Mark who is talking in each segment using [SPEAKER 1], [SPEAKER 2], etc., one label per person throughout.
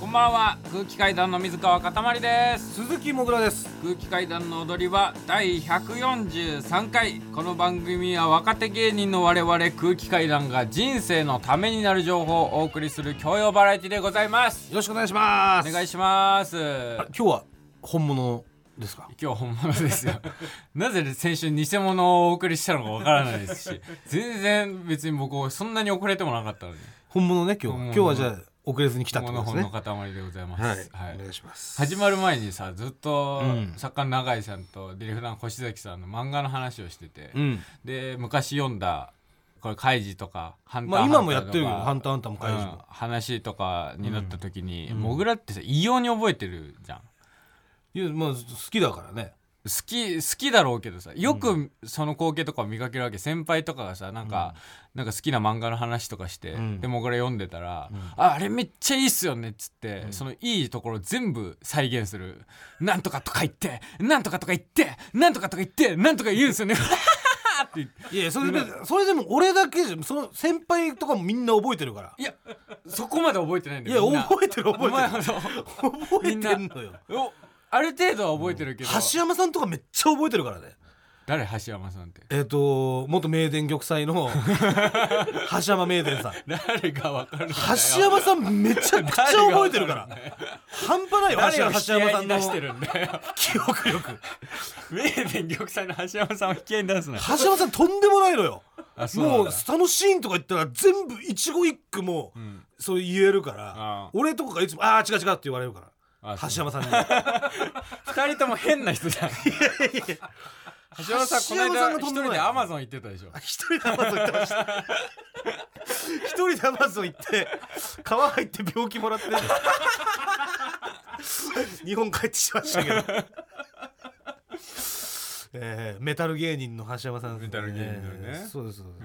[SPEAKER 1] こんばんは空気階段の水川かたまりです
[SPEAKER 2] 鈴木もぐらです
[SPEAKER 1] 空気階段の踊り場第143回この番組は若手芸人の我々空気階段が人生のためになる情報をお送りする教養バラエティでございます
[SPEAKER 2] よろしくお願いします
[SPEAKER 1] お願いします
[SPEAKER 2] あ今日は本物ですか
[SPEAKER 1] 今日本物ですよ なぜ先週偽物をお送りしたのかわからないですし全然別に僕そんなに遅れてもなかったのに
[SPEAKER 2] 本物ね今日は
[SPEAKER 1] 本
[SPEAKER 2] 今
[SPEAKER 1] 物
[SPEAKER 2] 日はじゃあ遅れずに来たってこ
[SPEAKER 1] 物
[SPEAKER 2] とです
[SPEAKER 1] 本の
[SPEAKER 2] ね
[SPEAKER 1] 塊でございま
[SPEAKER 2] はい
[SPEAKER 1] す、、はい
[SPEAKER 2] お願いします
[SPEAKER 1] 始まる前にさずっと
[SPEAKER 2] うん
[SPEAKER 1] 作家の永井さんとディレクターの越崎さんの漫画の話をしてて、
[SPEAKER 2] うん
[SPEAKER 1] で昔読んだこれ「カイジ」とか「ハンター
[SPEAKER 2] まあ今もやってるけどハ
[SPEAKER 1] ハ
[SPEAKER 2] ン
[SPEAKER 1] ンタ
[SPEAKER 2] ターハンターも
[SPEAKER 1] ー
[SPEAKER 2] 怪
[SPEAKER 1] と
[SPEAKER 2] 獣
[SPEAKER 1] かう
[SPEAKER 2] も
[SPEAKER 1] ん話とかになった時に、
[SPEAKER 2] うん
[SPEAKER 1] モグラってさ異様に覚えてるじゃん
[SPEAKER 2] いやまあ好きだからね
[SPEAKER 1] 好き好きだろうけどさよくその光景とかを見かけるわけ先輩とかがさなんか、なんか好きな漫画の話とかして、
[SPEAKER 2] うん
[SPEAKER 1] でモグラ読んでたら、ああれめっちゃいいっすよねっつって、そのいいところ全部再現するなんとかとか言ってなんとかとか言ってなんとかとか言ってなんとか言うんですよね って言って
[SPEAKER 2] いやそれでそれでも俺だけじゃその先輩とかもみんな覚えてるから
[SPEAKER 1] いやそこまで覚えてないん
[SPEAKER 2] い
[SPEAKER 1] だ
[SPEAKER 2] や
[SPEAKER 1] よみんな
[SPEAKER 2] 覚えてる覚
[SPEAKER 1] お前
[SPEAKER 2] え
[SPEAKER 1] あ
[SPEAKER 2] てる
[SPEAKER 1] の
[SPEAKER 2] 覚えてんのよ
[SPEAKER 1] おある程度は覚えてるけど、
[SPEAKER 2] 橋山さんとかめっちゃ覚えてるからね
[SPEAKER 1] 誰橋山さんって
[SPEAKER 2] えっ、と元名電玉 砕の橋山名電さん
[SPEAKER 1] 誰がわかるんだよ
[SPEAKER 2] 橋山さんめちゃくちゃ覚えてる から半端ない
[SPEAKER 1] 誰
[SPEAKER 2] よ
[SPEAKER 1] を
[SPEAKER 2] 橋
[SPEAKER 1] 引き合
[SPEAKER 2] 山
[SPEAKER 1] い
[SPEAKER 2] さん
[SPEAKER 1] に出して
[SPEAKER 2] の
[SPEAKER 1] るんだよ
[SPEAKER 2] 記憶力
[SPEAKER 1] 名電玉砕の橋山さんを引き合いに出すな
[SPEAKER 2] 橋山さんとんでもないのよ
[SPEAKER 1] あそうなんだ
[SPEAKER 2] もうスタのシーンとか言ったら全部一期一句も
[SPEAKER 1] ん
[SPEAKER 2] そう言えるから
[SPEAKER 1] ああ
[SPEAKER 2] 俺とかがいつも「ああ違う違う」って言われるから
[SPEAKER 1] あ
[SPEAKER 2] 橋
[SPEAKER 1] そう
[SPEAKER 2] 山さんに
[SPEAKER 1] 二人とも変な人じゃん 橋山さんこの
[SPEAKER 2] 橋山さん
[SPEAKER 1] 間一
[SPEAKER 2] がとんで
[SPEAKER 1] 人
[SPEAKER 2] もない
[SPEAKER 1] でアマゾン行ってたでしょ
[SPEAKER 2] 一人でアマゾン行ってました一人でアマゾン行って川入って病気もらって日本帰ってきましたけどえーメタル芸人の橋山さんです
[SPEAKER 1] メタル芸人だよね
[SPEAKER 2] そうです、そうです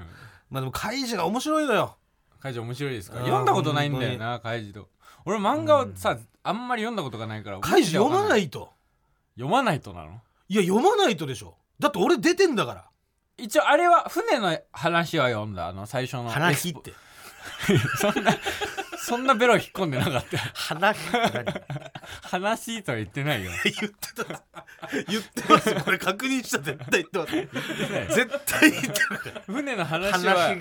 [SPEAKER 2] まあでも怪獣が面白いのよ
[SPEAKER 1] カイジ面白いですか
[SPEAKER 2] あー
[SPEAKER 1] 読んだことないんだよなカイジと俺漫画をさあんまり読んだことがないから
[SPEAKER 2] 怪獣読まないいと
[SPEAKER 1] 読まないとなの
[SPEAKER 2] いや読まないとでしょだって俺出てんだから
[SPEAKER 1] 一応あれは船の話は読んだあの最初の
[SPEAKER 2] 花火って
[SPEAKER 1] そんなそんなベロ引っ込んでなかった よ
[SPEAKER 2] 花火って何
[SPEAKER 1] 話とは言ってないよ
[SPEAKER 2] 言ってた言ってますよこれ確認した絶対言ってます絶対言ってるから
[SPEAKER 1] 船の話は
[SPEAKER 2] 話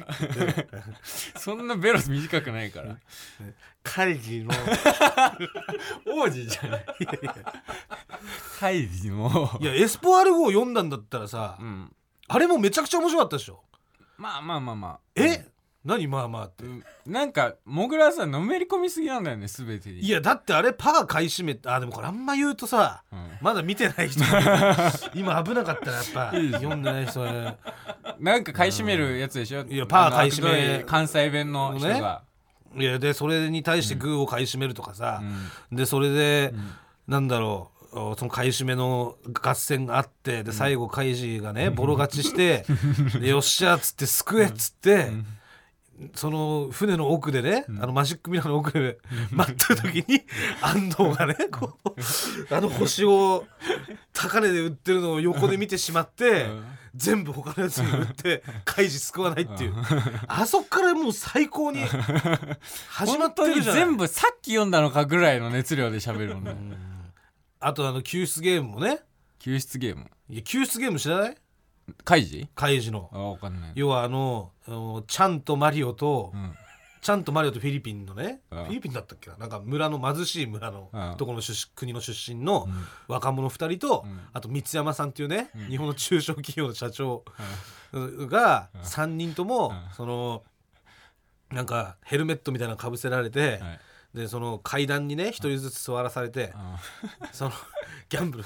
[SPEAKER 1] そんなベロ短くないから
[SPEAKER 2] カイジの
[SPEAKER 1] 王子じゃないカイジも
[SPEAKER 2] いやエスポアルゴを読んだんだったらさ、
[SPEAKER 1] うん
[SPEAKER 2] あれもめちゃくちゃ面白かったでしょ
[SPEAKER 1] まあまあまあまあ
[SPEAKER 2] え、何まあまあって
[SPEAKER 1] うんなんかモグラさんのめり込みすぎなんだよね全てに
[SPEAKER 2] いやだってあれパー買い占めあでもこれあんま言うとさ
[SPEAKER 1] うん
[SPEAKER 2] まだ見て ない人今危なかったらやっぱ読んでない人は
[SPEAKER 1] なんか買い占めるやつでしょ
[SPEAKER 2] いやパー買い占め
[SPEAKER 1] あの悪どい関西弁の人が
[SPEAKER 2] いやでそれに対してグーを買い占めるとかさ、
[SPEAKER 1] うん
[SPEAKER 2] でそれで、なんだろうおその買い占めの合戦があってで最後カイジがねボロ勝ちして 「でよっしゃ」っつって「救え」っつって。その船の奥でね、あのマジックミラーの奥で待ってる時に安藤がねこうあの星を高値で売ってるのを横で見てしまって、全部他のやつに売ってカイジ救わないっていう、あそこからもう最高に始
[SPEAKER 1] 本
[SPEAKER 2] まって
[SPEAKER 1] 当
[SPEAKER 2] る
[SPEAKER 1] に
[SPEAKER 2] じゃない
[SPEAKER 1] 全部さっき読んだのかぐらいの熱量で喋るもんね
[SPEAKER 2] あとあの救出ゲームもね
[SPEAKER 1] 救出ゲーム
[SPEAKER 2] いや救出ゲーム知らない
[SPEAKER 1] カイジ
[SPEAKER 2] カイジの
[SPEAKER 1] あ分かんない
[SPEAKER 2] 要はあのあのちゃんとマリオと、
[SPEAKER 1] ん
[SPEAKER 2] ちゃんとマリオとフィリピンのね、
[SPEAKER 1] うん
[SPEAKER 2] フィリピンだったっけななんか村の貧しい村の、
[SPEAKER 1] うん
[SPEAKER 2] ところの出身国の出身の若者2人と、
[SPEAKER 1] ん
[SPEAKER 2] あと三山さんっていうね、日本の中小企業の社長が3人とも、
[SPEAKER 1] うん
[SPEAKER 2] そのなんかヘルメットみたいなのかぶせられて、
[SPEAKER 1] はい
[SPEAKER 2] でその階段にね1人ずつ座らされて、
[SPEAKER 1] あ
[SPEAKER 2] そのギャンブル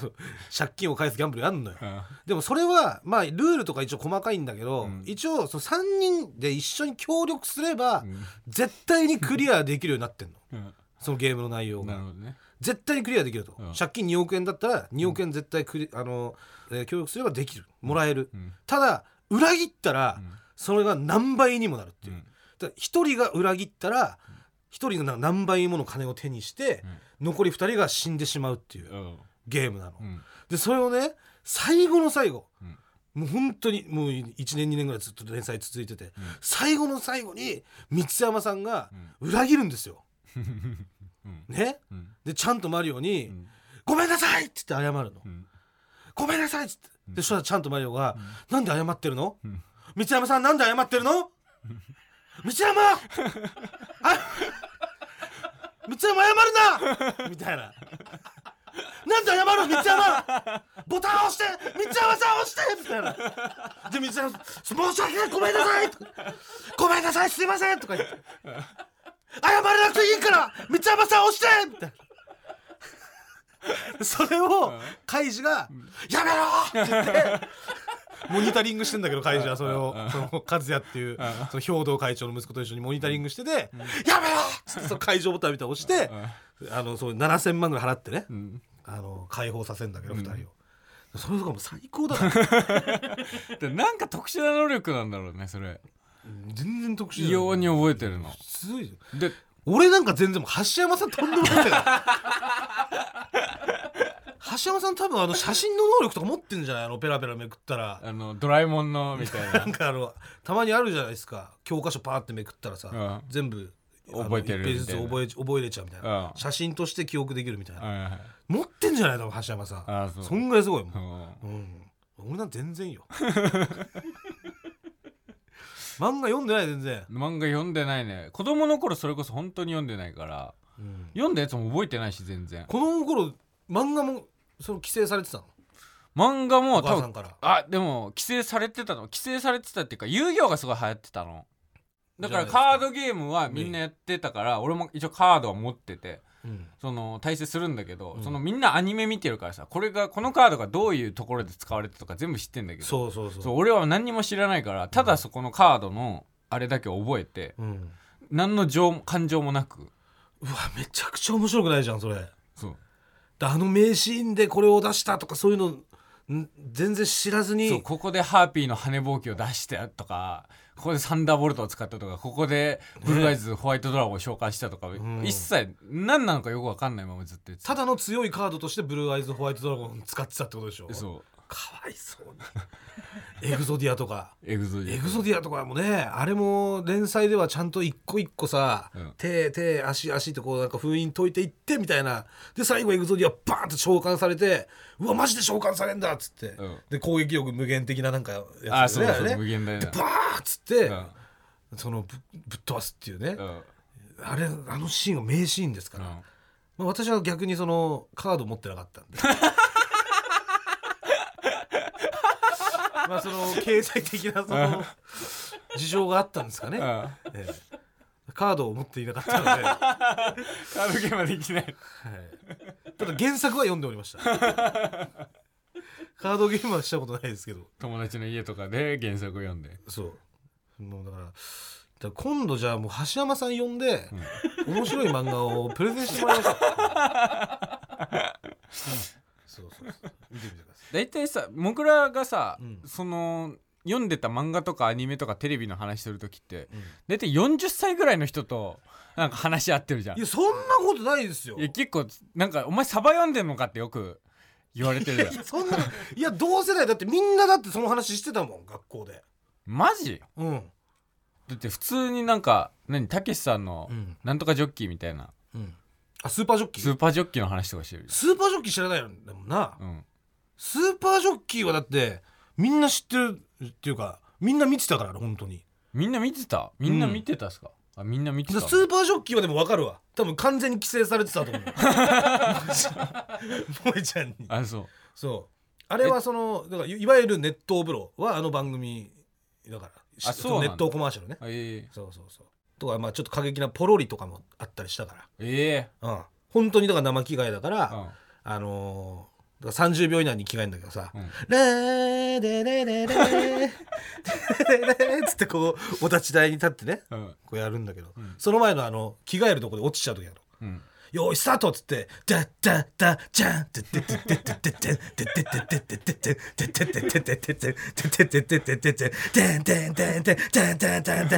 [SPEAKER 2] 借金を返すギャンブルやんのよ。
[SPEAKER 1] あ
[SPEAKER 2] でもそれはまあルールとか一応細かいんだけど、
[SPEAKER 1] うん
[SPEAKER 2] 一応その3人で一緒に協力すれば、
[SPEAKER 1] うん
[SPEAKER 2] 絶対にクリアできるようになってんの
[SPEAKER 1] うん
[SPEAKER 2] そのゲームの内容
[SPEAKER 1] なる
[SPEAKER 2] が
[SPEAKER 1] ほどね
[SPEAKER 2] 絶対にクリアできると、
[SPEAKER 1] うん
[SPEAKER 2] 借金2億円だったら2億円絶対クリ、あの、えー協力すればできるもらえる、
[SPEAKER 1] うん
[SPEAKER 2] ただ裏切ったら、
[SPEAKER 1] うん
[SPEAKER 2] それが何倍にもなるっていうう、
[SPEAKER 1] ん
[SPEAKER 2] だ1人が裏切ったら1人が何倍もの金を手にして、残り2人が死んでしまうっていう
[SPEAKER 1] うん
[SPEAKER 2] ゲームなの、
[SPEAKER 1] うん
[SPEAKER 2] でそれをね最後の最後、
[SPEAKER 1] うん
[SPEAKER 2] もう本当にもう1年2年ぐらいず っと連載続いてて、最後の最後に三山さんが裏切るんですよ、
[SPEAKER 1] うん
[SPEAKER 2] ね
[SPEAKER 1] うん
[SPEAKER 2] でちゃんとマリオに「
[SPEAKER 1] ん
[SPEAKER 2] ごめんなさい!」っつって謝るの
[SPEAKER 1] うん
[SPEAKER 2] 「ごめんなさい!」っつってでそしたらちゃんとマリオが「なんで謝ってるの
[SPEAKER 1] ん
[SPEAKER 2] 道山さんなんで謝ってるの道山あ道山謝るな!」みたいな「なんで謝る道山ボタン押して道山さん押して!」みたいなで道山「申し訳ないごめんなさい!」ごめんなさいすいません!」とか言って「謝らなくていいから道山さん押して!」みたいな。 それをカイジが「やめろ!」って言ってモニタリングしてんだけどカイジはそれをその和也っていうその兵藤会長の息子と一緒にモニタリングしてて「やめろ!」っつってその会場ボタンみたいなの押してあのそう7,000万ぐらい払ってね
[SPEAKER 1] うん
[SPEAKER 2] あの解放させんだけど2人をそれとかも最高だから
[SPEAKER 1] でなんか特殊な能力なんだろうねそれ
[SPEAKER 2] 全然特殊
[SPEAKER 1] 異様に覚えてるの
[SPEAKER 2] すごいよ
[SPEAKER 1] で
[SPEAKER 2] 俺なんか全然もう橋山さんとんでもないから橋山さん多分あの写真の能力とか持ってんじゃないあのペラペラめくったら
[SPEAKER 1] あのドラえもんのみた いな
[SPEAKER 2] なんかあのたまにあるじゃないですか教科書パーってめくったらさ、
[SPEAKER 1] うん
[SPEAKER 2] 全部あの
[SPEAKER 1] 覚えてる
[SPEAKER 2] 一ページずつ覚え覚えれちゃうみたいな、
[SPEAKER 1] うん
[SPEAKER 2] 写真として記憶できるみたいな、
[SPEAKER 1] はいはい
[SPEAKER 2] 持ってんじゃない多分橋山さん
[SPEAKER 1] あそう
[SPEAKER 2] そんぐらいすごいもん、
[SPEAKER 1] うん
[SPEAKER 2] うん、俺なんて全然よ漫画読んでない全然、
[SPEAKER 1] 漫画読んでないね子供の頃それこそ本当に読んでないから読んだやつも覚えてないし全然
[SPEAKER 2] この頃漫画もその規制されてたの
[SPEAKER 1] 漫画も
[SPEAKER 2] お母
[SPEAKER 1] 多
[SPEAKER 2] さん
[SPEAKER 1] 分
[SPEAKER 2] から
[SPEAKER 1] あでも規制されてたの規制されてたっていうか遊戯王がすごい流行ってたのだから
[SPEAKER 2] じゃな
[SPEAKER 1] カ
[SPEAKER 2] い
[SPEAKER 1] ードゲームはみんなやってたから俺も一応カードは持ってて
[SPEAKER 2] うん
[SPEAKER 1] その対戦するんだけど、
[SPEAKER 2] うん
[SPEAKER 1] そのみんなアニメ見てるからさこれがこのカードがどういうところで使われてたとか全部知ってんだけど
[SPEAKER 2] そうそうそう
[SPEAKER 1] そう俺は何にも知らないからただそこのカードのあれだけ覚えて
[SPEAKER 2] う,、ん、
[SPEAKER 1] 何の情感情もなく
[SPEAKER 2] うわめちゃくちゃ面白くないじゃんそれ
[SPEAKER 1] そう
[SPEAKER 2] であの名シーンでこれを出したとかそういうのん全然知らずに
[SPEAKER 1] そうここでハーピーの羽ぼうきを出してとかここでサンダーボルトを使ったとかここでブルーアイズ、ホワイトドラゴンを召喚したとか、
[SPEAKER 2] ん
[SPEAKER 1] 一切何なのかよく分かんないままずっとやって
[SPEAKER 2] ただの強いカードとしてブルーアイズホワイトドラゴン使ってたってことでしょ
[SPEAKER 1] そう
[SPEAKER 2] かわいそうにエグゾディアとか
[SPEAKER 1] エグゾジ
[SPEAKER 2] エグゾディアとかもねあれも連載ではちゃんと一個一個さ、
[SPEAKER 1] うん
[SPEAKER 2] 手手足足ってこうなんか封印解いていってみたいなで最後エグゾディアバーンと召喚されてうわマジで召喚されんだっつって、
[SPEAKER 1] うん
[SPEAKER 2] で攻撃力無限的ななんかやつだよね
[SPEAKER 1] あそう
[SPEAKER 2] れ
[SPEAKER 1] そう
[SPEAKER 2] ね
[SPEAKER 1] 無限大
[SPEAKER 2] で
[SPEAKER 1] だ
[SPEAKER 2] バ、ーンっつって、
[SPEAKER 1] うん
[SPEAKER 2] そのぶぶっ飛ばすっていうね、
[SPEAKER 1] うん
[SPEAKER 2] あれあのシーンが名シーンですから、
[SPEAKER 1] うん
[SPEAKER 2] まあ、私は逆にそのカード持ってなか ったんでまあその経済的なその事情があったんですかね、
[SPEAKER 1] うん
[SPEAKER 2] ええカードを持っていなかったので、は
[SPEAKER 1] カードゲームはできない
[SPEAKER 2] い、ただ原作は読んでお りましたカードゲームはしたことないですけど
[SPEAKER 1] 友達の家とかで原作を読んで
[SPEAKER 2] そうもうだからだから今度じゃあもう橋山さん呼んで、面白い漫画をプレゼンしてもらいましょうそうそうそう見てみてくださ
[SPEAKER 1] 大体さ僕らがさ、
[SPEAKER 2] うん
[SPEAKER 1] その読んでた漫画とかアニメとかテレビの話する時って
[SPEAKER 2] い、うん
[SPEAKER 1] 大体40歳ぐらいの人となんか話し合ってるじゃん
[SPEAKER 2] いやそんなことないですよ
[SPEAKER 1] いや結構なんか「お前サバ読んでんのか?」ってよく言われてる じゃん
[SPEAKER 2] そんないや同世代だってみんなだってその話してたもん学校で
[SPEAKER 1] マジ
[SPEAKER 2] うん
[SPEAKER 1] だって普通になんか何たけしさんの
[SPEAKER 2] うん
[SPEAKER 1] なんとかジョッキーみたいな
[SPEAKER 2] うんあスーパージョッキ
[SPEAKER 1] ス
[SPEAKER 2] ー
[SPEAKER 1] ーパージョッキーの話とかしてるじ
[SPEAKER 2] スーパージョッキー知らないんだもんな、
[SPEAKER 1] ゃん、うん、
[SPEAKER 2] スーパージョッキーはだってみんな知ってるっていうかみんな見てたからね本当に
[SPEAKER 1] みんな見てたみんな見てたっすか、あみんな見て
[SPEAKER 2] だ
[SPEAKER 1] た
[SPEAKER 2] からスーパージョッキーはでも分かるわ多分完全に規制されて たと思う萌えちゃんに
[SPEAKER 1] あそう
[SPEAKER 2] そうあれはそのだからいいわゆる熱湯風呂はあの番組だから
[SPEAKER 1] あそうなんだ
[SPEAKER 2] 熱湯コマーシャルね
[SPEAKER 1] あえ
[SPEAKER 2] そうそうそうとかまあちょっと過激なポロリとかもあったりしたか
[SPEAKER 1] ええ
[SPEAKER 2] らうん本当にだから生着替えだから、
[SPEAKER 1] えうん
[SPEAKER 2] あのーだから30秒以内に着替えるんだけどさ
[SPEAKER 1] うん
[SPEAKER 2] 「ラー レレレレレレ」つってこうお立ち台に立ってね
[SPEAKER 1] うん
[SPEAKER 2] こうやるんだけど、
[SPEAKER 1] ん
[SPEAKER 2] その前のあの着替えるとこで落ちちゃう時やろ
[SPEAKER 1] うん
[SPEAKER 2] よーいスタートっつって「ダッダッダッジャン」ってってってってってってってってってってってってってってってってってってってってってってんてんてんてんてんてんてんてんてんてんてんてんて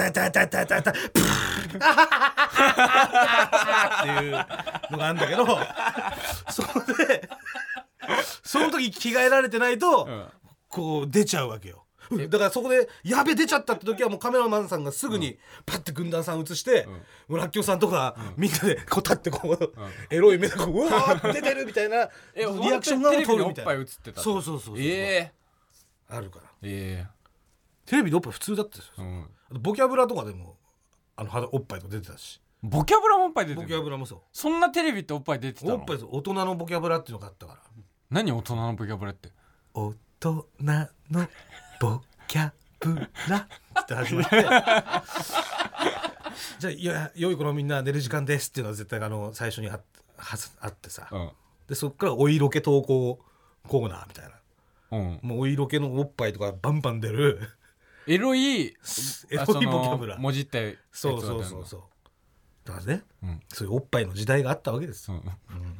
[SPEAKER 2] んてんてんてんてんプーっていうのがあるんだけどそれでその時着替えられてないとこう出ちゃうわけよ。だからそこで「やべ出ちゃった」って時はもうカメラマンさんがすぐにパッて軍団さん映して、
[SPEAKER 1] ん
[SPEAKER 2] もうらっきょうさんとかみんなでこう立ってこう、エロい目でこう「うわー出てる」みたいな
[SPEAKER 1] え
[SPEAKER 2] リアクションが
[SPEAKER 1] テレビ
[SPEAKER 2] 取
[SPEAKER 1] に
[SPEAKER 2] る
[SPEAKER 1] おっ
[SPEAKER 2] みたい
[SPEAKER 1] ぱい映
[SPEAKER 2] な
[SPEAKER 1] ってた
[SPEAKER 2] そうそうそうそう
[SPEAKER 1] え
[SPEAKER 2] あるから
[SPEAKER 1] ええ
[SPEAKER 2] テレビでおっぱい普通だったですよ
[SPEAKER 1] えうん
[SPEAKER 2] あとボキャブラとかでもあの肌おっぱいと出てたし
[SPEAKER 1] ボキャブラもおっぱい出
[SPEAKER 2] ボ
[SPEAKER 1] て
[SPEAKER 2] キャ
[SPEAKER 1] る
[SPEAKER 2] ブラもそ
[SPEAKER 1] そんなテレビっておっぱい出てた
[SPEAKER 2] うお
[SPEAKER 1] の
[SPEAKER 2] っぱいそう大人のボキャブラっていうのがあったから
[SPEAKER 1] 何大人のボキャブラって
[SPEAKER 2] 大人のボキャブラって始まって じゃあいや良い子のみんな寝る時間ですっていうのは絶対あの最初にあっはずあってさ、
[SPEAKER 1] うん
[SPEAKER 2] でそっからお色気投稿コーナーみたいな
[SPEAKER 1] うん
[SPEAKER 2] もうお色気のおっぱいとかバンバン出る
[SPEAKER 1] エロい
[SPEAKER 2] エロい
[SPEAKER 1] あその
[SPEAKER 2] ボキャブラ
[SPEAKER 1] もじったやつだ
[SPEAKER 2] そ
[SPEAKER 1] っ
[SPEAKER 2] う
[SPEAKER 1] たの
[SPEAKER 2] そうそうそうだからね
[SPEAKER 1] うん
[SPEAKER 2] そういうおっぱいの時代があったわけです
[SPEAKER 1] そう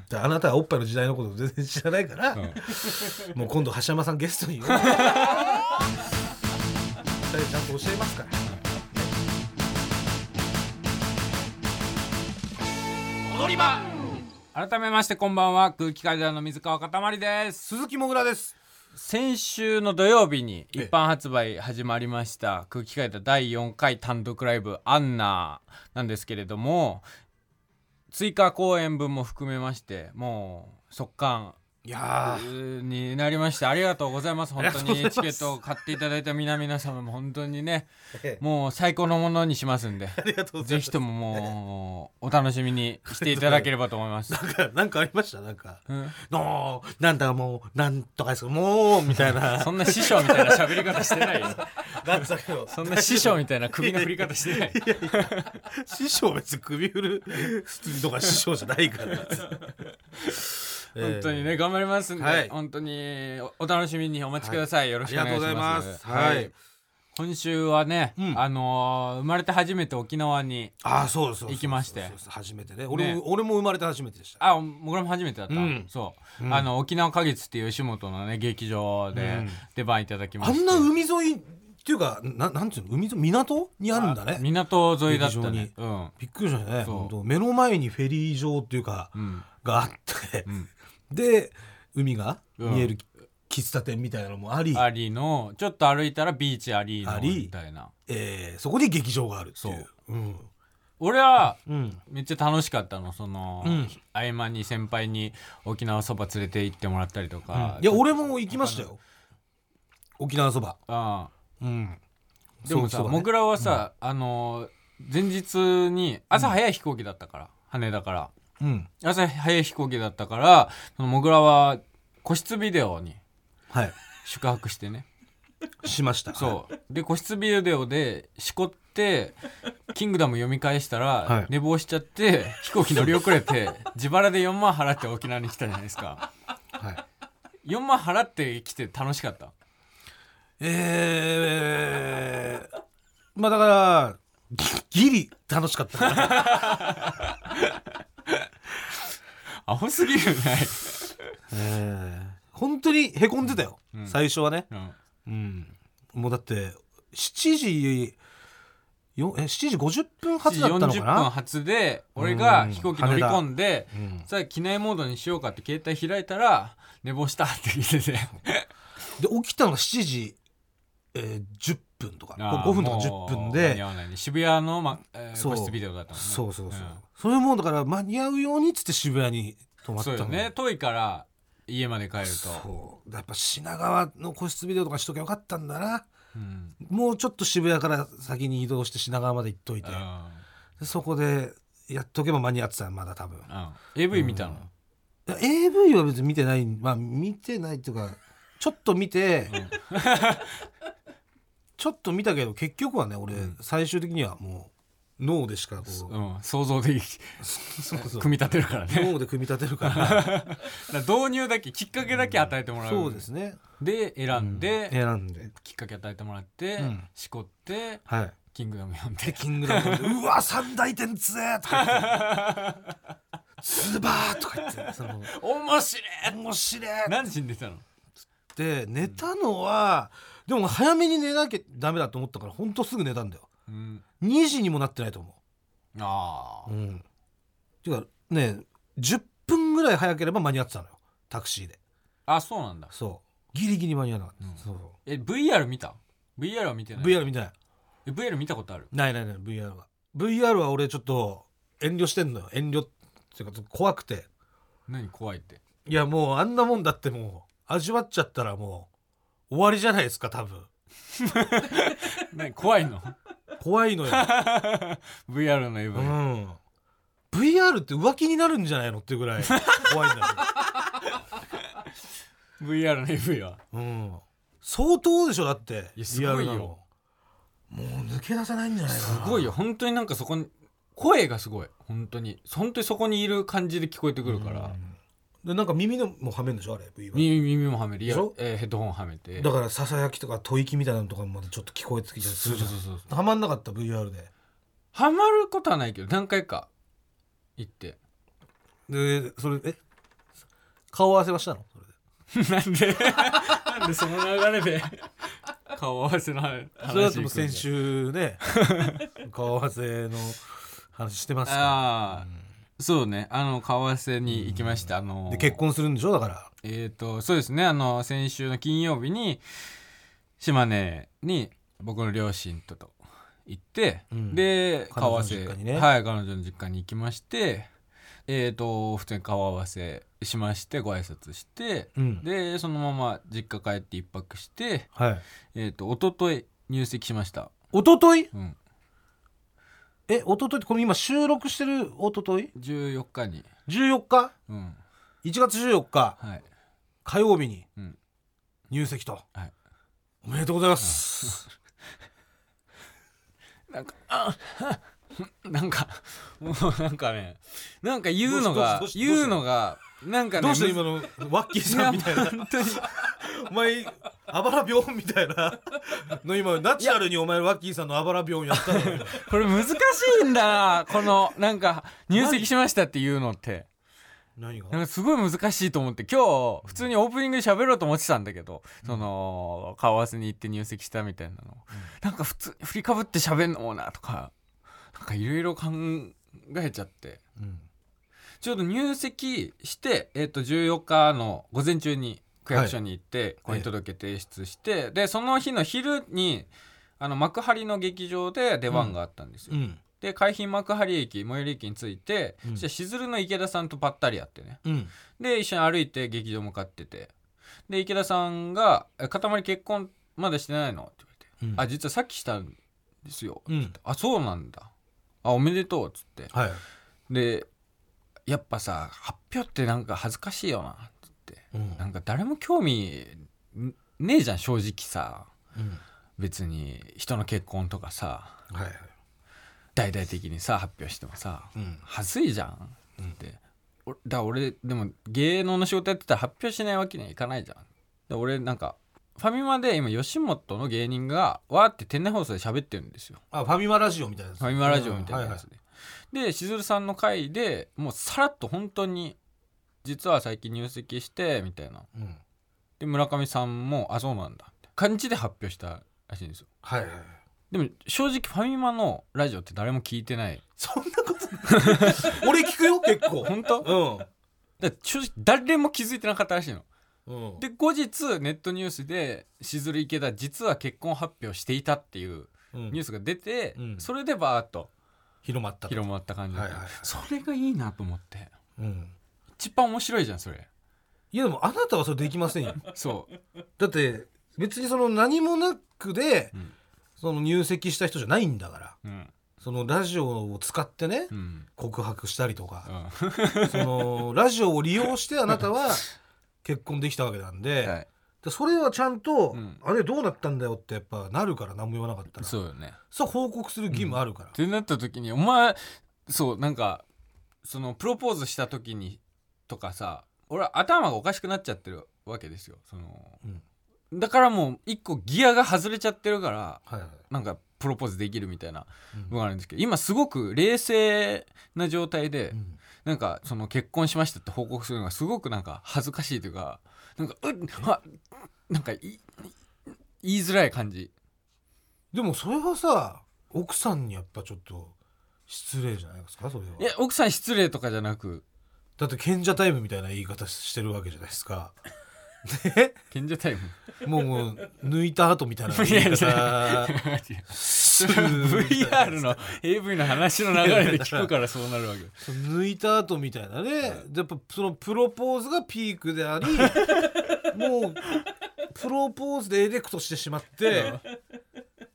[SPEAKER 2] であなたはおっぱいの時代のこと全然知らないから、
[SPEAKER 1] ん
[SPEAKER 2] もう今度橋山さんゲストに呼んで二人でちゃんと教えますから。
[SPEAKER 1] 改めましてこんばんは空気階段の水川かたまりです
[SPEAKER 2] 鈴木もぐらです。
[SPEAKER 1] 先週の土曜日に
[SPEAKER 2] ええ
[SPEAKER 1] 一般発売始まりました空気階段第4回単独ライブ「アンナ」なんですけれども追加公演分も含めましてもう速乾
[SPEAKER 2] いや
[SPEAKER 1] になりましてありがとうございます本当
[SPEAKER 2] あり
[SPEAKER 1] に
[SPEAKER 2] が
[SPEAKER 1] チ
[SPEAKER 2] とうござ
[SPEAKER 1] ケ
[SPEAKER 2] います
[SPEAKER 1] ットを買っていただいた皆々様も本当にね
[SPEAKER 2] ええ
[SPEAKER 1] もう最高のものにしますん で
[SPEAKER 2] ありがとうござい
[SPEAKER 1] ぜ
[SPEAKER 2] ます。
[SPEAKER 1] ひとももうお楽しみにしていただければと思い ます。
[SPEAKER 2] なんかなんかありましたなんか。
[SPEAKER 1] うん
[SPEAKER 2] のーなんだもうなんとかですもうみたいな
[SPEAKER 1] そんな師匠みたいな喋り方してないよ。
[SPEAKER 2] なんだけど
[SPEAKER 1] そんな師匠みたいな首の振り方してない。
[SPEAKER 2] 師匠別に首振るのが師匠じゃない から
[SPEAKER 1] 本当にね、頑張りますんで、
[SPEAKER 2] はい
[SPEAKER 1] 本当におお楽しみにお待ちください、よろ
[SPEAKER 2] あ
[SPEAKER 1] し
[SPEAKER 2] り
[SPEAKER 1] くお
[SPEAKER 2] がと
[SPEAKER 1] 願
[SPEAKER 2] う
[SPEAKER 1] い
[SPEAKER 2] ご
[SPEAKER 1] し
[SPEAKER 2] ざい
[SPEAKER 1] ま
[SPEAKER 2] ますすはい
[SPEAKER 1] 今週はね、
[SPEAKER 2] うん
[SPEAKER 1] あのー生まれて初めて沖縄に
[SPEAKER 2] ああそうそうそうそう
[SPEAKER 1] 行きまして
[SPEAKER 2] そうそう初めてね俺
[SPEAKER 1] ね
[SPEAKER 2] も俺も生まれて初めてでした
[SPEAKER 1] あ僕らも初めてだった、
[SPEAKER 2] うん
[SPEAKER 1] そう、
[SPEAKER 2] うん
[SPEAKER 1] あの沖縄花月っていう吉本のね劇場
[SPEAKER 2] う
[SPEAKER 1] で
[SPEAKER 2] ん
[SPEAKER 1] 出番いただきま
[SPEAKER 2] あ
[SPEAKER 1] して、
[SPEAKER 2] んな海沿いっていうかななんていうの海沿い港にあるんだね
[SPEAKER 1] 港沿いだったね
[SPEAKER 2] 劇
[SPEAKER 1] うん
[SPEAKER 2] びっくりしたね
[SPEAKER 1] そう
[SPEAKER 2] 本当目の前にフェリー場っていうか、
[SPEAKER 1] うん
[SPEAKER 2] があって、
[SPEAKER 1] ん
[SPEAKER 2] で海が
[SPEAKER 1] うん
[SPEAKER 2] 見える喫茶店みたいなのもあり、
[SPEAKER 1] ありのちょっと歩いたらビーチありの
[SPEAKER 2] あり
[SPEAKER 1] みたいな
[SPEAKER 2] えーそこに劇場があるっていう、
[SPEAKER 1] そう
[SPEAKER 2] ん
[SPEAKER 1] 俺は
[SPEAKER 2] うん
[SPEAKER 1] めっちゃ楽しかったのその、
[SPEAKER 2] うん
[SPEAKER 1] 合間に先輩に沖縄そば連れて行ってもらったりとか、
[SPEAKER 2] いや俺も行きましたよ沖縄そば、
[SPEAKER 1] あ
[SPEAKER 2] う
[SPEAKER 1] あ
[SPEAKER 2] ん、
[SPEAKER 1] でもさ、
[SPEAKER 2] そうそうだね
[SPEAKER 1] もぐらはさ、あのー前日に朝早い飛行機だったから、羽田から
[SPEAKER 2] うん、
[SPEAKER 1] 朝早い飛行機だったからそのもぐらは個室ビデオに
[SPEAKER 2] はい
[SPEAKER 1] 宿泊してね
[SPEAKER 2] しました
[SPEAKER 1] そうで個室ビデオでしこって「キングダム」読み返したら、
[SPEAKER 2] はい
[SPEAKER 1] 寝坊しちゃって飛行機乗り遅れ て自腹で4万払って沖縄に来たじゃないですか
[SPEAKER 2] はい
[SPEAKER 1] 4万払ってきて楽しかった
[SPEAKER 2] えー、まあだからギギリ楽しかったかな
[SPEAKER 1] アホすぎるね、
[SPEAKER 2] えー、本当にへこんでたよ、
[SPEAKER 1] うん
[SPEAKER 2] 最初はね、
[SPEAKER 1] うん
[SPEAKER 2] うん、もうだって7時よえ7時50分発だったのか
[SPEAKER 1] 40分
[SPEAKER 2] な、
[SPEAKER 1] 発で俺が飛行機乗り込んで
[SPEAKER 2] うん
[SPEAKER 1] さあ機内モードにしようかって携帯開いたら寝坊したって聞いてて
[SPEAKER 2] で起きたのが7時、えー10分とか
[SPEAKER 1] あー
[SPEAKER 2] 5分とか
[SPEAKER 1] も
[SPEAKER 2] 10
[SPEAKER 1] う
[SPEAKER 2] 分
[SPEAKER 1] 間に
[SPEAKER 2] で
[SPEAKER 1] 合わないね渋谷の、まえー
[SPEAKER 2] そう
[SPEAKER 1] 個室ビデオだったもんね
[SPEAKER 2] そうそうそう、それもだから間に合うようにっつって渋谷に泊
[SPEAKER 1] うん
[SPEAKER 2] まった
[SPEAKER 1] そう
[SPEAKER 2] の
[SPEAKER 1] よね遠いから家まで帰ると、
[SPEAKER 2] そうやっぱ品川の個室ビデオとかしときゃよかったんだな
[SPEAKER 1] うん
[SPEAKER 2] もうちょっと渋谷から先に移動して品川まで行っといて
[SPEAKER 1] あ
[SPEAKER 2] でそこでやっとけば間に合ってたまだ多分
[SPEAKER 1] ーうん AV 見たの、
[SPEAKER 2] いや AV は別に見てないまあ見てないっていうかちょっと見て、ちょっと見たけど結局はね俺、最終的にはもう脳でしかこう
[SPEAKER 1] うん想像で
[SPEAKER 2] そうそう
[SPEAKER 1] 組み立てるからね
[SPEAKER 2] 脳で組み立てるから
[SPEAKER 1] だから導入だけきっかけだけ与えてもらう、
[SPEAKER 2] そうですね
[SPEAKER 1] で選んで、
[SPEAKER 2] 選んで
[SPEAKER 1] きっかけ与えてもらって、
[SPEAKER 2] うん
[SPEAKER 1] しこって
[SPEAKER 2] はい
[SPEAKER 1] 「キングダム」読ん
[SPEAKER 2] で
[SPEAKER 1] で
[SPEAKER 2] キングダムでうわ三大天強えとか言ってスバーとか言ってその
[SPEAKER 1] 「面白い!
[SPEAKER 2] 面白え」
[SPEAKER 1] 何時に出たの
[SPEAKER 2] って寝たのは、でも早めに寝なきゃダメだと思ったからほんとすぐ寝たんだよ
[SPEAKER 1] うん
[SPEAKER 2] 2時にもなってないと思
[SPEAKER 1] あ
[SPEAKER 2] う
[SPEAKER 1] あ
[SPEAKER 2] うんてかね10分ぐらい早ければ間に合ってたのよタクシーで
[SPEAKER 1] あそうなんだ
[SPEAKER 2] そうギリギリ間に合わなかった、
[SPEAKER 1] うん
[SPEAKER 2] そう
[SPEAKER 1] え VR 見た VR は見てない
[SPEAKER 2] VR 見たい
[SPEAKER 1] VR 見たことある
[SPEAKER 2] ないないない VR は VR は俺ちょっと遠慮してんのよ遠慮っていうか怖くて
[SPEAKER 1] 何怖いって
[SPEAKER 2] いやもうあんなもんだってもう味わっちゃったらもう終わりじゃないですか多分
[SPEAKER 1] 何怖いの
[SPEAKER 2] 怖いのよ、
[SPEAKER 1] VR の AV、
[SPEAKER 2] うん VR って浮気になるんじゃないのっていうぐらい怖いんだけど
[SPEAKER 1] VR の AV は
[SPEAKER 2] うん相当でしょだって
[SPEAKER 1] いやすごいよ
[SPEAKER 2] リアルなのもう抜け出せないんじゃないか
[SPEAKER 1] す
[SPEAKER 2] な
[SPEAKER 1] ごいよ本当になんかそこに声がすごい本当に本当にそこにいる感じで聞こえてくるから、
[SPEAKER 2] うんでなんか耳のもはめんでしょあれ VR
[SPEAKER 1] 耳耳もはめるいや
[SPEAKER 2] でしょ
[SPEAKER 1] えーヘッドホンはめて
[SPEAKER 2] だからささやきとか吐息みたいなのとかもまだちょっと聞こえてきちゃうす
[SPEAKER 1] そう
[SPEAKER 2] るじ
[SPEAKER 1] そ
[SPEAKER 2] ゃ
[SPEAKER 1] うんそうそう
[SPEAKER 2] はまんなかった VR で
[SPEAKER 1] はまることはないけど何回か行って
[SPEAKER 2] でそれえ顔合わせはしたのそれで
[SPEAKER 1] なんでなんでその流れで顔合わせの話
[SPEAKER 2] それだっても
[SPEAKER 1] 行
[SPEAKER 2] う
[SPEAKER 1] くんだよ
[SPEAKER 2] 先週ね 顔合わせの話してますか
[SPEAKER 1] ああ、そうねあの顔合わせに行きました、あの
[SPEAKER 2] らで結婚するんでしょだから
[SPEAKER 1] えっ、とそうですねあの先週の金曜日に島根に僕の両親とと行って、
[SPEAKER 2] うん
[SPEAKER 1] で
[SPEAKER 2] 彼
[SPEAKER 1] 顔合
[SPEAKER 2] 女の
[SPEAKER 1] わ
[SPEAKER 2] 実
[SPEAKER 1] せ、
[SPEAKER 2] 家にね
[SPEAKER 1] はい彼女の実家に行きましてえっ、と普通に顔合わせしましてご挨拶して、
[SPEAKER 2] うん
[SPEAKER 1] でそのまま実家帰って一泊して
[SPEAKER 2] はい
[SPEAKER 1] えっ、と一昨日入籍しました
[SPEAKER 2] 一昨日
[SPEAKER 1] うん
[SPEAKER 2] え一昨日ってこれ今収録してる一昨日
[SPEAKER 1] 14日に
[SPEAKER 2] 14日
[SPEAKER 1] うん
[SPEAKER 2] 1月14日
[SPEAKER 1] はい
[SPEAKER 2] 火曜日に
[SPEAKER 1] うん
[SPEAKER 2] 入籍と、
[SPEAKER 1] はい
[SPEAKER 2] おめでとうございます、
[SPEAKER 1] なんか、あはなんか、もうなんかね、なんか言うのが
[SPEAKER 2] どうし、どうしどうし
[SPEAKER 1] 言うのが、なんかね、
[SPEAKER 2] どうした今のワッキ
[SPEAKER 1] い
[SPEAKER 2] ーさ
[SPEAKER 1] や
[SPEAKER 2] んみたいな
[SPEAKER 1] 本当に、
[SPEAKER 2] お前あばら病みたいなの今ナチュラルにお前ワッキーさんのあばら病やったのよ
[SPEAKER 1] これ難しいんだな、この、なんか、入籍しましたっていうのって。
[SPEAKER 2] 何
[SPEAKER 1] なん
[SPEAKER 2] が
[SPEAKER 1] かすごい難しいと思って今日普通にオープニングで喋ろうと思ってたんだけど、その顔合わせに行って入籍したみたいなの、なんか普通振りかぶって喋んのもなとかなんかいろいろ考えちゃって
[SPEAKER 2] うん
[SPEAKER 1] ちょうど入籍して、えっと14日の午前中に区役所に行って、婚姻届提出して、でその日の昼にあの幕張の劇場で出番があったんですよ。
[SPEAKER 2] うん
[SPEAKER 1] で海浜幕張駅最寄り駅に着いて、
[SPEAKER 2] う
[SPEAKER 1] そ
[SPEAKER 2] ん
[SPEAKER 1] したらしずるの池田さんとばったり会ってね
[SPEAKER 2] うん
[SPEAKER 1] で一緒に歩いて劇場向かっててで池田さんが「え塊結婚まだしてないの?」って言われて「
[SPEAKER 2] うん
[SPEAKER 1] あ実はさっきしたんですよ」
[SPEAKER 2] うん
[SPEAKER 1] あそうなんだあおめでとう」っつって
[SPEAKER 2] はい
[SPEAKER 1] でやっぱさ発表ってなんか恥ずかしいよなっつって
[SPEAKER 2] うん
[SPEAKER 1] なんか誰も興味んねえじゃん正直さ
[SPEAKER 2] うん
[SPEAKER 1] 別に人の結婚とかさ
[SPEAKER 2] はいはい
[SPEAKER 1] 大々的にさ発表してもさ
[SPEAKER 2] うん
[SPEAKER 1] 恥ずいじゃんって、おだから俺でも芸能の仕事やってたら発表しないわけにはいかないじゃんで俺なんかファミマで今吉本の芸人がわーって天然放送で喋ってるんですよ
[SPEAKER 2] あファミマラジオみたいなやつ
[SPEAKER 1] ファミマラジオみたいなやつ
[SPEAKER 2] う
[SPEAKER 1] で、でしずるさんの回でもうさらっと本当に実は最近入籍してみたいなん
[SPEAKER 2] はい
[SPEAKER 1] で村上さんもあそうなんだって感じで発表したらしいんですよ
[SPEAKER 2] はいはい
[SPEAKER 1] でも正直ファミマのラジオって誰も聞いてない
[SPEAKER 2] そんなことない俺聞くよ結構
[SPEAKER 1] 本当だから正直誰も気づいてなかったらしいの
[SPEAKER 2] うんうん
[SPEAKER 1] で後日ネットニュースでしずる池田実は結婚発表していたっていう
[SPEAKER 2] うん
[SPEAKER 1] ニュースが出て、
[SPEAKER 2] うん
[SPEAKER 1] それでバーッと
[SPEAKER 2] 広まったと
[SPEAKER 1] 広まった感じで、
[SPEAKER 2] はいはいはい
[SPEAKER 1] それがいいなと思って
[SPEAKER 2] うん
[SPEAKER 1] 一番面白いじゃんそれ
[SPEAKER 2] いやでもあなたはそれできませんよ
[SPEAKER 1] そう、
[SPEAKER 2] だって別にその何もなくで
[SPEAKER 1] うん
[SPEAKER 2] その入籍した人じゃないんだから
[SPEAKER 1] うん
[SPEAKER 2] そのラジオを使ってね
[SPEAKER 1] うん
[SPEAKER 2] 告白したりと
[SPEAKER 1] う
[SPEAKER 2] か
[SPEAKER 1] ん
[SPEAKER 2] そのラジオを利用してあな たは結婚できたわけなんで、
[SPEAKER 1] はい
[SPEAKER 2] でそれはちゃんと、
[SPEAKER 1] うん
[SPEAKER 2] あれどうなったんだよってやっぱなるから何も言わなかったら
[SPEAKER 1] そうよね
[SPEAKER 2] そう報告する義務あるから
[SPEAKER 1] っ、てなった時にお前そうなんかそのプロポーズした時にとかさ俺は頭がおかしくなっちゃってるわけですよその
[SPEAKER 2] うん
[SPEAKER 1] だからもう一個ギアが外れちゃってるから
[SPEAKER 2] はいはい
[SPEAKER 1] なんかプロポーズできるみたいな
[SPEAKER 2] う
[SPEAKER 1] 部
[SPEAKER 2] ん
[SPEAKER 1] 分あるんですけど今すごく冷静な状態で
[SPEAKER 2] うん
[SPEAKER 1] なんかその結婚しましたって報告するのがすごくなんか恥ずかしいというかなんかうっはなんかいい言いづらい感じ
[SPEAKER 2] でもそれはさ奥さんにやっぱちょっと失礼じゃないですかそれ
[SPEAKER 1] いや
[SPEAKER 2] は
[SPEAKER 1] 奥さん失礼とかじゃなく
[SPEAKER 2] だって賢者タイムみたいな言い方してるわけじゃないですか
[SPEAKER 1] 賢者タイム
[SPEAKER 2] もうもう抜いた後みたいな言 い
[SPEAKER 1] いやい
[SPEAKER 2] 方
[SPEAKER 1] や VR の AV の話の流れで聞くからそうなるわけ
[SPEAKER 2] その抜いた後みたいなね、やっぱそのプロポーズがピークで ありもうプロポーズでエレクトしてしまって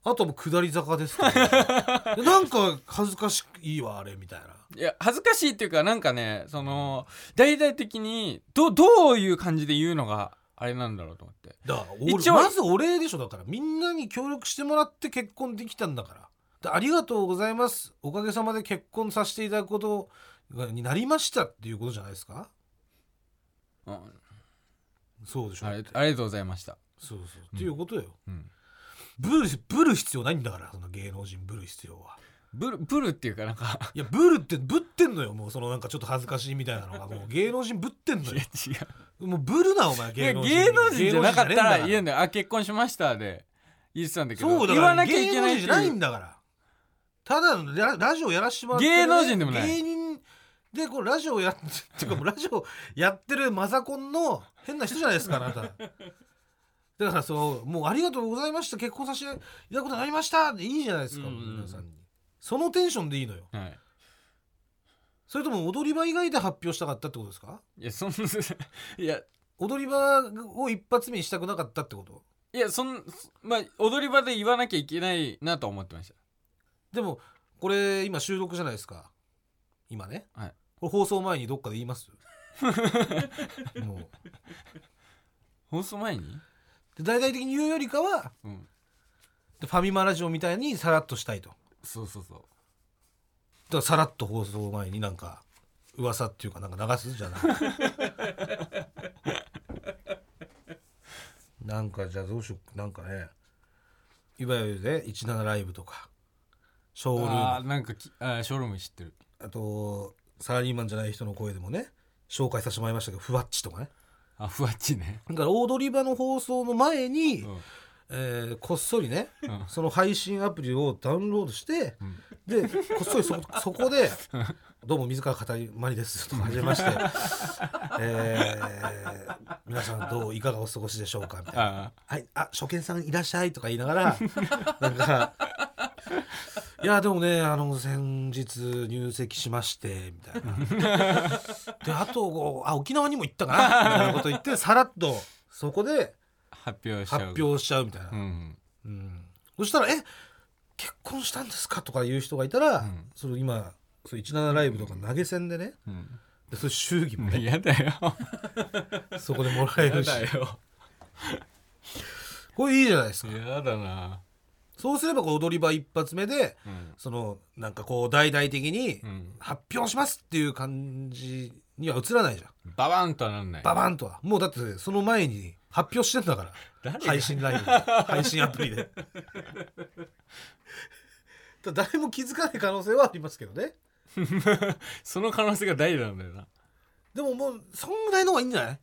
[SPEAKER 2] あとはもう下り坂で すから、なんか恥ずかしいわあれみたいない
[SPEAKER 1] や恥ずかしいっていうかなんかねその大々的にどどういう感じで言うのがあれなんだろうと思って
[SPEAKER 2] だから俺
[SPEAKER 1] 一応
[SPEAKER 2] まずお礼でしょだからみんなに協力してもらって結婚できたんだからでありがとうございますおかげさまで結婚させていただくことになりましたっていうことじゃないですか
[SPEAKER 1] うん
[SPEAKER 2] そうでしょ
[SPEAKER 1] あれありがとうございました、
[SPEAKER 2] そうそう、っていうことよ
[SPEAKER 1] うん、
[SPEAKER 2] ブルブル必要ないんだからその芸能人ブル必要は
[SPEAKER 1] ブルブルっていうかなんか
[SPEAKER 2] いやブルってぶってんのよもうそのなんかちょっと恥ずかしいみたいなのがもう芸能人ぶってんの
[SPEAKER 1] い
[SPEAKER 2] よ
[SPEAKER 1] や違う
[SPEAKER 2] もうブルなお前
[SPEAKER 1] いや
[SPEAKER 2] 芸能人
[SPEAKER 1] 芸能人じゃなかったら
[SPEAKER 2] 芸能人じゃねえ
[SPEAKER 1] 言え
[SPEAKER 2] ん
[SPEAKER 1] んだ
[SPEAKER 2] だか
[SPEAKER 1] よ「あ結婚しました」で言ってたんだけど
[SPEAKER 2] そうだ
[SPEAKER 1] 言
[SPEAKER 2] か
[SPEAKER 1] わ
[SPEAKER 2] ら
[SPEAKER 1] なきゃ
[SPEAKER 2] 芸
[SPEAKER 1] いけ
[SPEAKER 2] 能
[SPEAKER 1] ない
[SPEAKER 2] 人
[SPEAKER 1] って
[SPEAKER 2] じ
[SPEAKER 1] い
[SPEAKER 2] ゃ
[SPEAKER 1] う
[SPEAKER 2] ないんだからただのララジオやらしてもらってる
[SPEAKER 1] 芸能人でもない
[SPEAKER 2] 芸人でこうラジオやって いうかもうラジオやってるマザコンの変な人じゃないですかあなただからそうもうありがとうございました結婚させていただくことになりましたでいいじゃないですか、
[SPEAKER 1] うんうんうん
[SPEAKER 2] 皆さんにそのテンションでいいのよ
[SPEAKER 1] はい
[SPEAKER 2] それとも踊り場以外で発表したかったってことですか
[SPEAKER 1] いやそんいや
[SPEAKER 2] 踊り場を一発目にしたくなかったってこと
[SPEAKER 1] いやそんまあ踊り場で言わなきゃいけないなと思ってまし
[SPEAKER 2] でもこれ今収録じゃないですか今ね、
[SPEAKER 1] はい
[SPEAKER 2] これ放送前にどっかで言います もう
[SPEAKER 1] た放送前に、
[SPEAKER 2] で大々的に言うよりかは
[SPEAKER 1] うん、
[SPEAKER 2] でファミマラジオみたいにさらっとしたいとだか
[SPEAKER 1] そうそうそ
[SPEAKER 2] らさらっと放送前になんか噂っていうかなんか流すじゃない なんかじゃあどうしようなんかねいわゆるね17ライブとかショー
[SPEAKER 1] う
[SPEAKER 2] ルーム
[SPEAKER 1] あーなんかきあーショールーム知ってる
[SPEAKER 2] あとサラリーマンじゃない人の声でもね紹介させてもらいましたけどふわっちとかね
[SPEAKER 1] あふわっちね、
[SPEAKER 2] だから踊り場の放送の前に、
[SPEAKER 1] うん
[SPEAKER 2] えーこっそりね、
[SPEAKER 1] ん
[SPEAKER 2] その配信アプリをダウンロードして、
[SPEAKER 1] ん
[SPEAKER 2] でこっそりそそこで「どうも水川かたまりです」とか始め まして、えー皆さんどういかがお過ごしでしょうか」みたいな
[SPEAKER 1] あ
[SPEAKER 2] はい、あ、初見さんいらっしゃいとか言いなが ら、なんか、いや、でもね、あの、先日入籍しまして、みたいな。で、あとこう、あ、沖縄にも行ったかな、みたいなこと 言って、さらっと、そこで
[SPEAKER 1] あ発表しちゃう
[SPEAKER 2] 発表しちゃうみたいな。
[SPEAKER 1] うんうん
[SPEAKER 2] うんそしたら、え、結婚したんですかとか言う人がいたら、
[SPEAKER 1] ん
[SPEAKER 2] その今、その17ライブとか投げ銭でね、
[SPEAKER 1] うん
[SPEAKER 2] でその祝儀も
[SPEAKER 1] もう
[SPEAKER 2] ね、
[SPEAKER 1] 嫌だよ
[SPEAKER 2] そこでもらえ
[SPEAKER 1] 嫌
[SPEAKER 2] るし、
[SPEAKER 1] だよ
[SPEAKER 2] これいいじゃないですか。
[SPEAKER 1] 嫌だな
[SPEAKER 2] そうすれば、こう踊り場一発目で、
[SPEAKER 1] うん
[SPEAKER 2] そのなんかこう大々的に
[SPEAKER 1] うん
[SPEAKER 2] 発表しますっていう感じには映らないじゃん
[SPEAKER 1] ババンとはなんない
[SPEAKER 2] ババンとはもうだってその前に発表してんだから
[SPEAKER 1] 誰が
[SPEAKER 2] 配信ラ イブで配信アプリでだ誰も気づかない可能性はありますけどね
[SPEAKER 1] その可能性が大なんだよな
[SPEAKER 2] でももうそんぐらいの方がいいんじゃない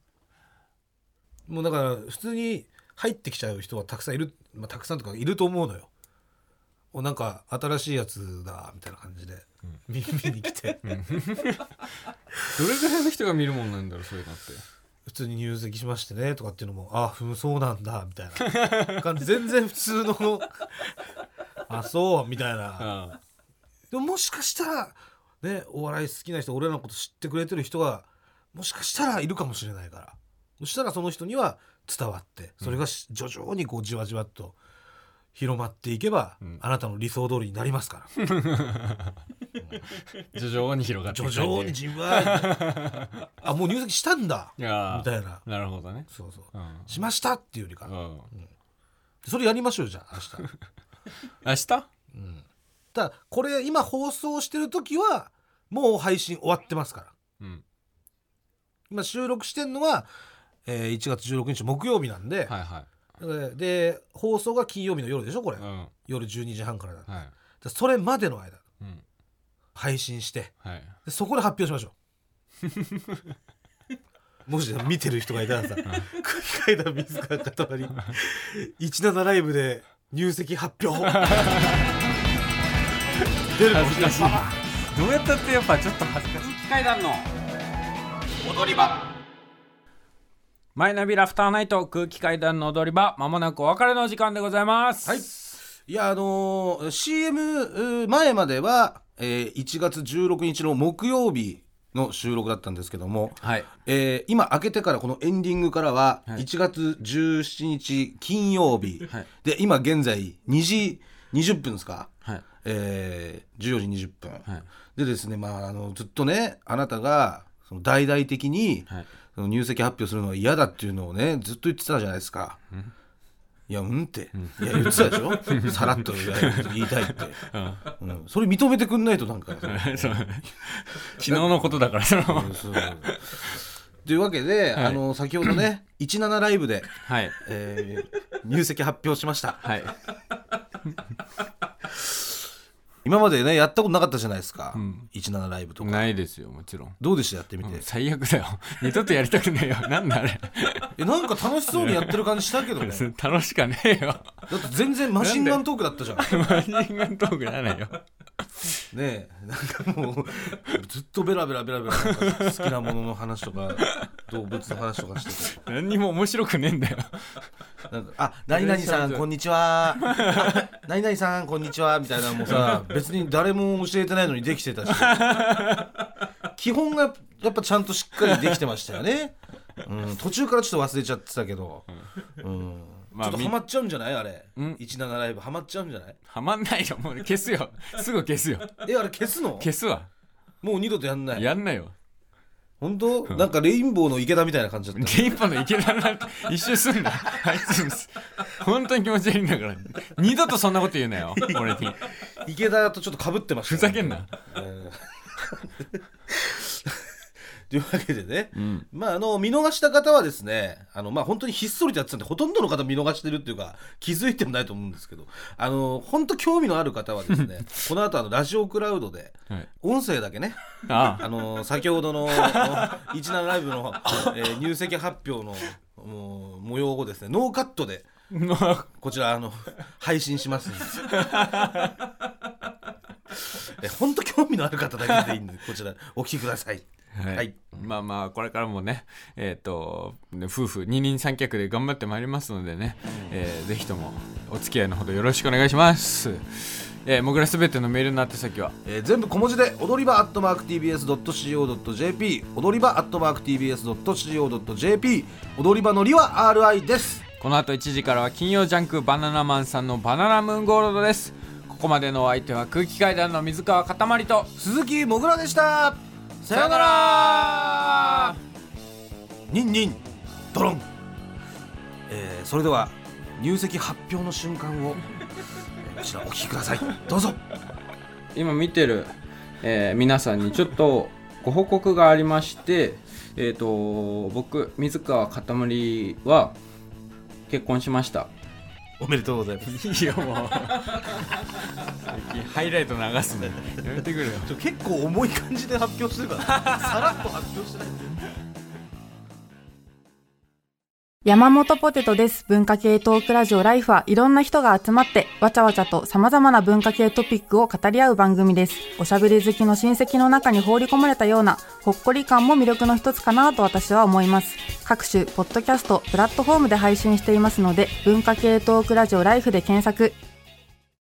[SPEAKER 2] もうだから普通に入ってきちゃう人はたくさんいる、まあ、たくさんとかいると思うのよおなんか新しいやつだみたいな感じで、見見に来て
[SPEAKER 1] どれぐらいの人が見るもんなんだろうそういうのって
[SPEAKER 2] 普通に入籍しましてねとかっていうのもあふんそうなんだみたいな感じ全然普通のあそうみたいな
[SPEAKER 1] あ
[SPEAKER 2] でももしかしたらねお笑い好きな人俺らのこと知ってくれてる人がもしかしたらいるかもしれないからそしたらその人には伝わってそれがし徐々にこうじわじわっと広まっていけば、
[SPEAKER 1] うん
[SPEAKER 2] あなたの理想通りになりま すから
[SPEAKER 1] あ 徐々に広がってい
[SPEAKER 2] 徐
[SPEAKER 1] く
[SPEAKER 2] 々にじわーあもう入籍したんだ
[SPEAKER 1] い
[SPEAKER 2] み
[SPEAKER 1] やー
[SPEAKER 2] たいな
[SPEAKER 1] なるほどね
[SPEAKER 2] そうそう
[SPEAKER 1] うん
[SPEAKER 2] しましたっていうよりか
[SPEAKER 1] うん
[SPEAKER 2] それやりましょうじゃあ明日
[SPEAKER 1] 明日
[SPEAKER 2] ただこれ今放送してる時はもう配信終わってますから
[SPEAKER 1] うん
[SPEAKER 2] 今収録してんのは、えー1月16日木曜日なんで、
[SPEAKER 1] はいは
[SPEAKER 2] でで放送が金曜日の夜でしょこれ、
[SPEAKER 1] いうん
[SPEAKER 2] 夜12時半からなんで
[SPEAKER 1] はい
[SPEAKER 2] でそれまでの間
[SPEAKER 1] うん
[SPEAKER 2] 配信して
[SPEAKER 1] はい
[SPEAKER 2] でそこで発表しましょう もし見てる人がいたらさ「空気階段水川かたまり」17ライブで入籍発表出るかもしれない
[SPEAKER 1] 恥ずかしいどうやったってやっぱちょっと恥ずかしい
[SPEAKER 3] 空気階段の踊り場
[SPEAKER 1] マイナビラフターナイト空気階段の踊り場まもなくお別れの時間でございます
[SPEAKER 2] はいいやあのー CM うー前までは、えー1月16日の木曜日の収録だったんですけども、
[SPEAKER 1] はい
[SPEAKER 2] えー今開けてからこのエンディングからは
[SPEAKER 1] はい
[SPEAKER 2] 1月17日金曜日、
[SPEAKER 1] はい
[SPEAKER 2] で今現在2時20分ですか、
[SPEAKER 1] はい
[SPEAKER 2] えー14時20分、
[SPEAKER 1] はい
[SPEAKER 2] でですね、まあ、あのずっとねあなたがその大々的に、
[SPEAKER 1] はい
[SPEAKER 2] その入籍発表するのは嫌だっていうのをねずっと言ってたじゃないですか。いやうんって、いや言ってたでしょさらっと言い言い たいって、うん、それ認めてくんないとなんか、
[SPEAKER 1] そう 昨日のことだ からその
[SPEAKER 2] うんそうというわけで、
[SPEAKER 1] はい
[SPEAKER 2] あの先ほど ね17ライブで、
[SPEAKER 1] はい
[SPEAKER 2] えー入籍発表しました
[SPEAKER 1] はい
[SPEAKER 2] 今までねやったことなかったじゃないですか、
[SPEAKER 1] ん
[SPEAKER 2] 17ライブとか、
[SPEAKER 1] ないですよもちろん
[SPEAKER 2] どうでしたやってみて、
[SPEAKER 1] 最悪だよ二度とやりたくないよなんだあれ
[SPEAKER 2] えなんか楽しそうにやってる感じし たけどねだって
[SPEAKER 1] 楽しかねえよ
[SPEAKER 2] 全然マシンガントークだったじゃんね
[SPEAKER 1] マジンガントークじゃないよ
[SPEAKER 2] えなんかもうずっとベラベラベラベラなんか好きなものの話とか動物の話とかしてて
[SPEAKER 1] 何にも面白くねえんだよ
[SPEAKER 2] なんかあ何々さんこんにちは あ何々さんこんにちはみたいなのもさ別に誰も教えてないのにできてたし基本がやっぱちゃんとしっかりできてましたよね、うん、途中からちょっと忘れちゃってたけど、うん
[SPEAKER 1] まあ
[SPEAKER 2] ちょっとハマっちゃうんじゃないあれ
[SPEAKER 1] ん
[SPEAKER 2] 17ライブハマっちゃうんじゃない
[SPEAKER 1] はまんないよもう消すよすぐ消すよ
[SPEAKER 2] えあれ消すの
[SPEAKER 1] 消すわ
[SPEAKER 2] もう二度とやんない
[SPEAKER 1] やんなよ
[SPEAKER 2] 本当なんかレインボーの池田みたいな感じだった
[SPEAKER 1] ゲイパの池田なんて一周すんなあいつ本当に気持ち悪いんだから二度とそんなこと言うなよ俺に
[SPEAKER 2] 池田とちょっとかぶってました
[SPEAKER 1] ふざけんな
[SPEAKER 2] えー というわけでね、まああの見逃した方はですねあのまあ本当にひっそりとやってたんでほとんどの方見逃してるっていうか気づいてもないと思うんですけどあの本当興味のある方は ですねこの後あのラジオクラウドで
[SPEAKER 1] はい
[SPEAKER 2] 音声だけね
[SPEAKER 1] ああ
[SPEAKER 2] あの先ほどの 17ライブの、えー入籍発表のもう模様をですねノーカットで
[SPEAKER 1] もう
[SPEAKER 2] こちらあの配信しますんで え本当興味のある方だけでいいんでこちらお聞きください。
[SPEAKER 1] はい、
[SPEAKER 2] はい
[SPEAKER 1] まあまあこれからもねえっ、とね夫婦二人三脚で頑張ってまいりますのでね、えーぜひともお付き合いのほどよろしくお願いしますえー、もぐらすべてのメールの宛先は
[SPEAKER 2] えー全部小文字で踊り場アットマーク TBS.CO.JP 踊り場アットマーク TBS.CO.JP 踊り場のりは RI です
[SPEAKER 1] この後1時からは金曜ジャンクバナナマンさんのバナナムーンゴールドですここまでのお相手は空気階段の水川かたまりと
[SPEAKER 2] 鈴木もぐらでしたさようならニンニンドロン、えーそれでは入籍発表の瞬間をえーこちらお聞きくださいどうぞ
[SPEAKER 1] 今見てる、えー皆さんにちょっとご報告がありまして、えー、と僕水川かたまりは結婚しました
[SPEAKER 2] おめでとうございます
[SPEAKER 1] いいよ もう最近ハイライト流すねやめてくれよ
[SPEAKER 2] ちょ結構重い感じで発表してるからさらっと発表してない
[SPEAKER 3] 山本ポテトです。文化系トークラジオライフはいろんな人が集まってわちゃわちゃと様々な文化系トピックを語り合う番組です。おしゃべり好きの親戚の中に放り込まれたようなほっこり感も魅力の一つかなと私は思います。各種、ポッドキャスト、プラットフォームで配信していますので文化系トークラジオライフで検索。